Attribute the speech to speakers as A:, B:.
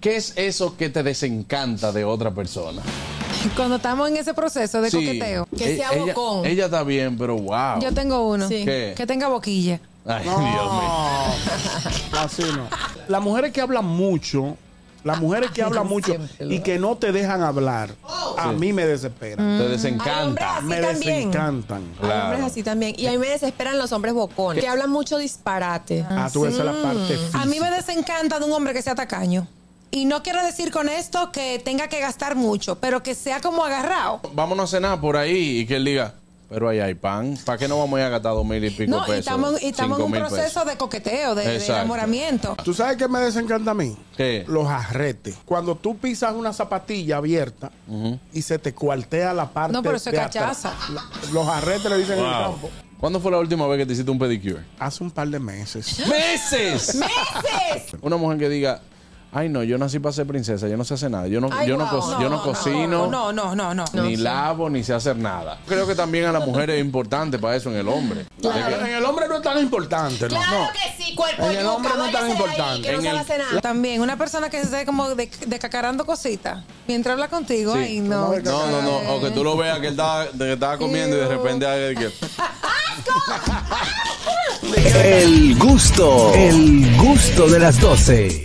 A: ¿Qué es eso que te desencanta de otra persona?
B: Cuando estamos en ese proceso de
A: Sí,
B: coqueteo.
C: Que
A: e-
C: sea
A: ella,
C: bocón.
A: Ella está bien, pero wow.
B: Yo tengo uno.
C: Sí.
A: ¿Qué?
B: Que tenga boquilla.
A: Ay, Dios mío.
D: Así no. Las mujeres que hablan mucho, las mujeres que hablan mucho y que no te dejan hablar, a
A: Oh. Sí.
D: mí me
B: Mm.
D: desesperan.
A: Te
C: Hay hombres
A: desencanta.
C: así
D: Me
C: también.
D: desencantan.
C: Hay hombres
A: Claro.
C: así también. Y a mí me desesperan los hombres bocones. Que hablan mucho disparate.
D: Ah, tú ves la parte física.
B: Mm. A mí me desencanta de un hombre que sea tacaño. Y no quiero decir con esto que tenga que gastar mucho, pero que sea como agarrado.
A: Vámonos a cenar por ahí y que él diga, pero ahí hay pan. ¿Para qué no vamos a ir a gastar dos mil y pico
B: No, y
A: pesos?
B: estamos, y estamos en
A: Cinco
B: un
A: mil
B: proceso
A: pesos.
B: de coqueteo, de, de
A: Exacto.
B: enamoramiento.
D: ¿Tú sabes qué me desencanta a mí?
A: ¿Qué?
D: Los arretes. Cuando tú pisas una zapatilla abierta y se te cuartea la parte
B: No, pero eso es
D: de atrás.
B: cachaza.
D: La- Los arretes le dicen en el
A: Wow.
D: campo.
A: ¿Cuándo fue la última vez que te hiciste un pedicure?
D: Hace un par de meses.
A: ¡Meses!
B: ¡Meses!
A: Una mujer que diga, ay no, yo nací para ser princesa, yo no sé hacer nada, yo no,
C: Ay,
A: yo no,
C: wow.
A: co- yo no cocino,
B: No, no, no, no.
A: ni lavo, ni sé hacer nada. Creo que también a la mujer es importante para eso en el hombre.
D: En el- En el hombre no es tan importante, ¿no?
C: Claro
D: No.
C: que sí, cuerpo
D: En el
C: yuca,
D: hombre no es tan
C: váyase de ahí,
D: importante.
C: que no
A: En
C: sabe
A: el-
C: hacer nada.
B: También una persona que se esté como de- decacarando cositas mientras habla contigo.
A: Sí.
B: Ay, no.
A: No, no, no, o que tú lo veas que él estaba, de que estaba comiendo y de repente haga de que...
E: El gusto, el gusto de las doce.